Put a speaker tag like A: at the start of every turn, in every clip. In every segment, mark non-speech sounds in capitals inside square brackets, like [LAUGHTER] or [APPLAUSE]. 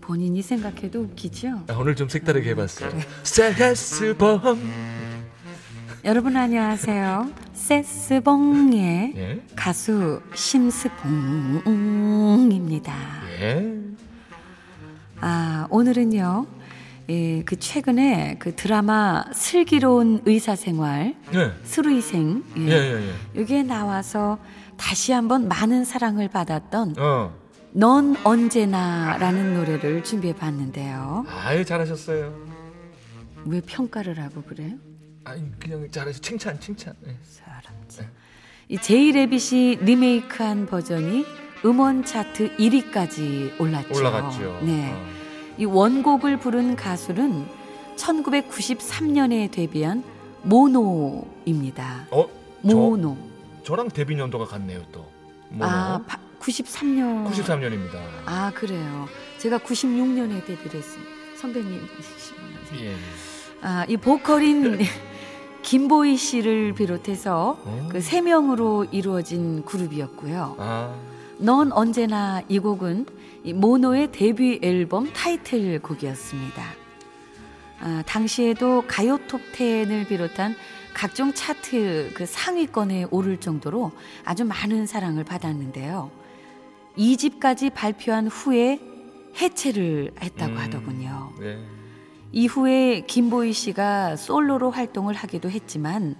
A: 본인이 생각해도 웃기죠?
B: 아, 오늘 좀 색다르게 해봤어요. 세스봉
A: 여러분 안녕하세요 세스봉의
B: 예?
A: 가수 심스봉입니다.
B: 예?
A: 아, 오늘은요, 예, 그 최근에 그 드라마 슬기로운 의사생활,
B: 예?
A: 수루이생,
B: 예?
A: 예,
B: 예?
A: 여기에 나와서 다시 한번 많은 사랑을 받았던
B: 예? 어.
A: 넌 언제나라는 노래를 준비해 봤는데요.
B: 아유 잘하셨어요.
A: 왜 평가를 하고 그래요?
B: 아니 그냥 잘하셔. 칭찬 칭찬. 예.
A: 사람들. 이 제이레빗이 리메이크한 버전이 음원 차트 1위까지 올랐죠.
B: 올라갔죠.
A: 네.
B: 어.
A: 이 원곡을 부른 가수는 1993년에 데뷔한 모노입니다.
B: 어?
A: 모노.
B: 저랑 데뷔 연도가 같네요 또. 모노.
A: 아, 93년.
B: 93년입니다.
A: 아, 그래요. 제가 96년에 데뷔를 했습니다. 선배님.
B: 예.
A: 아, 이 보컬인 김보희 씨를 비롯해서
B: 어?
A: 그 세 명으로 이루어진 그룹이었고요.
B: 아.
A: 넌 언제나 이 곡은 이 모노의 데뷔 앨범 타이틀곡이었습니다. 아, 당시에도 가요 톱10을 비롯한 각종 차트 그 상위권에 오를 정도로 아주 많은 사랑을 받았는데요. 2집까지 발표한 후에 해체를 했다고
B: 음,
A: 하더군요.
B: 네.
A: 이후에 김보희 씨가 솔로로 활동을 하기도 했지만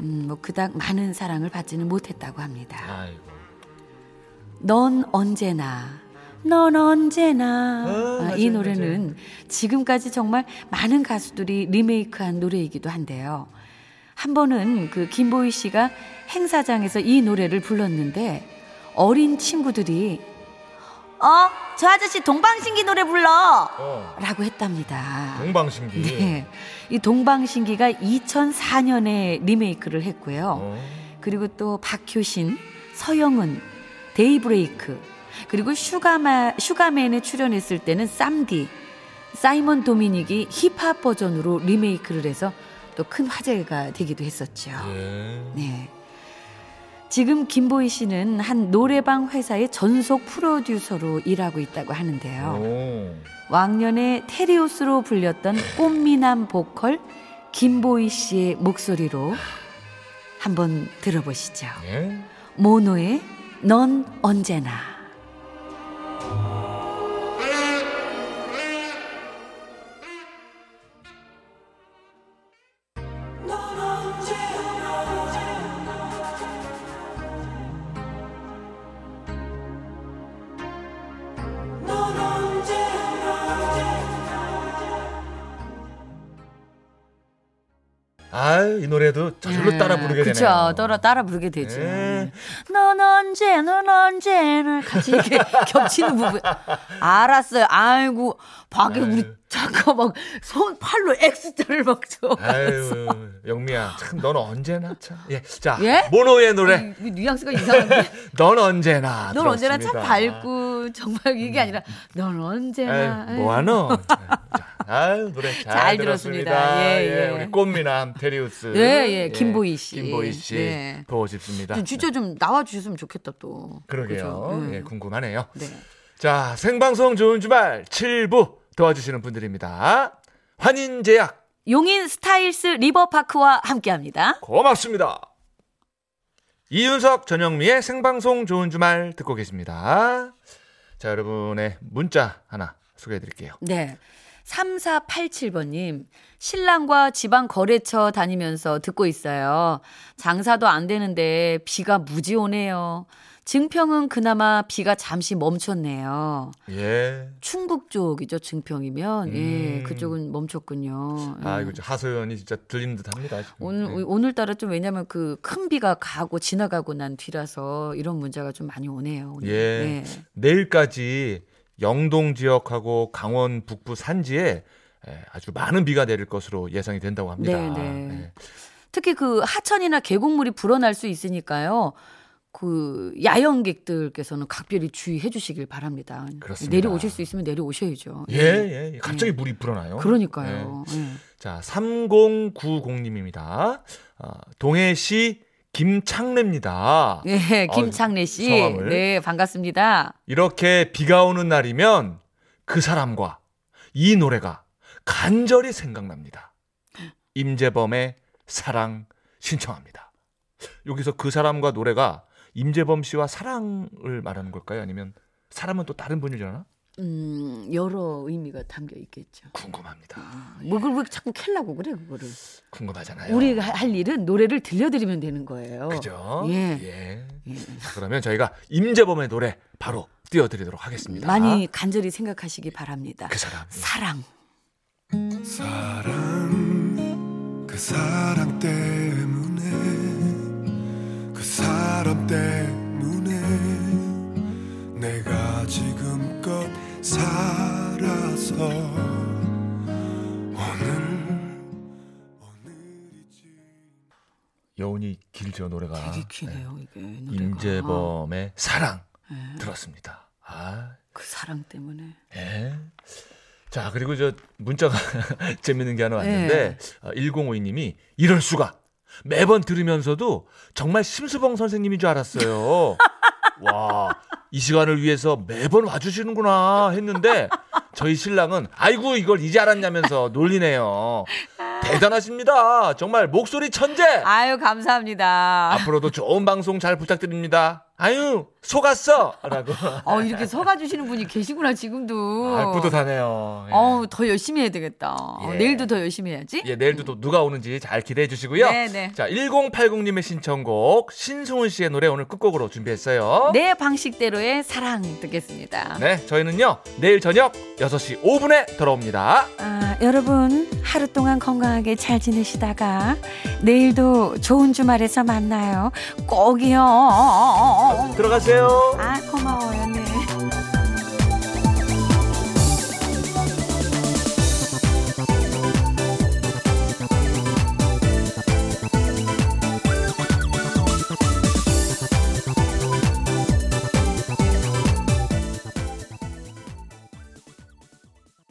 A: 음, 뭐 그닥 많은 사랑을 받지는 못했다고 합니다.
B: 아이고.
A: 넌 언제나 넌 언제나
B: 아,
A: 아,
B: 맞아요,
A: 이 노래는 지금까지 정말 많은 가수들이 리메이크한 노래이기도 한데요. 한 번은 그 김보희 씨가 행사장에서 이 노래를 불렀는데 어린 친구들이 어 저 아저씨 동방신기 노래 불러라고
B: 어.
A: 했답니다.
B: 음. 동방신기.
A: 네, 이 동방신기가 2004년에 리메이크를 했고요.
B: 어.
A: 그리고 또 박효신, 서영은, 데이브레이크, 그리고 슈가마, 슈가맨에 출연했을 때는 쌈디, 사이먼 도미닉이 힙합 버전으로 리메이크를 해서 또 큰 화제가 되기도 했었죠.
B: 예.
A: 네. 지금 김보희 씨는 한 노래방 회사의 전속 프로듀서로 일하고 있다고 하는데요.
B: 오.
A: 왕년에 테리오스로 불렸던 꽃미남 보컬 김보희 씨의 목소리로 한번 들어보시죠.
B: 예.
A: 모노의 넌 언제나
B: 아유, 이 노래도 저절로 따라 부르게
A: 음, 그쵸,
B: 되네요.
A: 따라 따라 부르게 되죠.
B: 예.
A: 넌 언제, 넌 언제, 넌 같이
B: [LAUGHS]
A: 이렇게 겹치는 부분. 알았어요. 아이고, 밖에
B: 아유.
A: 우리 잠깐 막손 팔로 X자를 막 쳐.
B: 아유, 영미야. 참, 넌 언제나 참. 예. 자,
A: 예?
B: 모노의 노래.
A: 이, 이 뉘앙스가 이상한데.
B: 넌 언제나.
A: 넌 언제나 참
B: 들었습니다. 음.
A: 밝고 정말 이게 아니라 넌 언제나
B: 뭐
A: [LAUGHS]
B: 에이, 뭐하노? 자, 아유 노래 잘,
A: 잘 들었습니다.
B: 들었습니다.
A: 예, 예.
B: 우리 꽃미남 테리우스.
A: 네, 예, 김보희 씨.
B: 김보희 씨
A: 네.
B: 보고 싶습니다.
A: 진짜 좀 나와 주셨으면 좋겠다 또.
B: 그러게요.
A: 그죠? 네.
B: 예, 궁금하네요.
A: 네.
B: 자, 생방송 좋은 주말 7부 도와주시는 분들입니다. 환인제약
A: 용인 스타일스 리버파크와 함께합니다.
B: 고맙습니다. 이윤석 전영미의 생방송 좋은 주말 듣고 계십니다. 자, 여러분의 문자 하나 소개해 드릴게요.
A: 네. 3487번님, 신랑과 지방 거래처 다니면서 듣고 있어요. 장사도 안 되는데 비가 무지 오네요. 증평은 그나마 비가 잠시 멈췄네요.
B: 예.
A: 충북 쪽이죠, 증평이면. 예,
B: 음.
A: 그쪽은 멈췄군요.
B: 아,
A: 예.
B: 이거 좀 하소연이 진짜 들리는 듯 합니다. 지금.
A: 오늘
B: 예.
A: 오늘따라 좀 왜냐면 그 큰 비가 가고 지나가고 난 뒤라서 이런 문제가 좀 많이 오네요. 오늘.
B: 예.
A: 네.
B: 내일까지 영동 지역하고 강원 북부 산지에 예, 아주 많은 비가 내릴 것으로 예상이 된다고 합니다.
A: 네, 네.
B: 예.
A: 특히 그 하천이나 계곡물이 불어날 수 있으니까요. 그 야영객들께서는 각별히 주의해 주시길 바랍니다.
B: 그렇습니다.
A: 내려오실 수 있으면 내려오셔야죠.
B: 예, 예. 갑자기 물이 불어나요.
A: 그러니까요. 예.
B: 자, 3090님입니다. 어, 동해시 김창래입니다.
A: 예, 김창래 씨.
B: 성함을.
A: 네, 반갑습니다.
B: 이렇게 비가 오는 날이면 그 사람과 이 노래가 간절히 생각납니다. 임재범의 사랑 신청합니다. 여기서 그 사람과 노래가 임재범 씨와 사랑을 말하는 걸까요? 아니면 사람은 또 다른 분이려나?
A: 음, 여러 의미가 담겨 있겠죠.
B: 궁금합니다.
A: 뭐 그걸 왜 자꾸 캘라고 그래 그거를.
B: 궁금하잖아요.
A: 우리 가할 일은 노래를 들려드리면 되는 거예요.
B: 그죠?
A: 예.
B: 예.
A: 예.
B: 그러면 저희가 임재범의 노래 바로 띄워드리도록 하겠습니다.
A: 많이 간절히 생각하시기 바랍니다.
B: 그 사람.
A: 사랑.
C: 사랑 그 사랑 때문에 그 사람 때문에 내가 지금껏 살아서 오늘 오늘이 지
B: 여운이 길죠 노래가.
A: 되게 기네요 이게 노래가.
B: 뭐
A: 아.
B: 임재범의 사랑
A: 예,
B: 들었습니다. 아,
A: 그 사랑 때문에.
B: 예. 자 그리고 저 문자가 [LAUGHS] 재밌는 게 하나
A: 네.
B: 왔는데 1052님이 이럴 수가 매번 들으면서도 정말 심수봉 선생님인 줄
A: [LAUGHS]
B: 알았어요. 와, 이 시간을 위해서 매번 와주시는구나 했는데 저희 신랑은 아이고 이걸 이제 알았냐면서
A: [LAUGHS]
B: 놀리네요. 대단하십니다. 정말 목소리 천재.
A: 아유 감사합니다.
B: 앞으로도 좋은 방송 잘 부탁드립니다. 아유, 속았어! 라고.
A: [LAUGHS] 어 이렇게 서가 주시는 분이 계시구나 지금도.
B: 아, 뿌듯하네요. 예.
A: 어우 더 열심히 해야 되겠다. 어,
B: 예.
A: 내일도 더 열심히 해야지.
B: 예, 내일도 또 누가 오는지 잘 기대해 주시고요.
A: 네네.
B: 자, 1080님의 신청곡, 신승훈 씨의 노래 오늘 끝곡으로 준비했어요.
A: 내 방식대로의 사랑 듣겠습니다.
B: 네, 저희는요, 내일 저녁 6시 5분에 돌아옵니다.
A: 아, 여러분 하루 동안 건강하게 잘 지내시다가 내일도 좋은 주말에서 만나요. 꼭이요.
B: 들어가세요.
A: 아 고마워요. 네.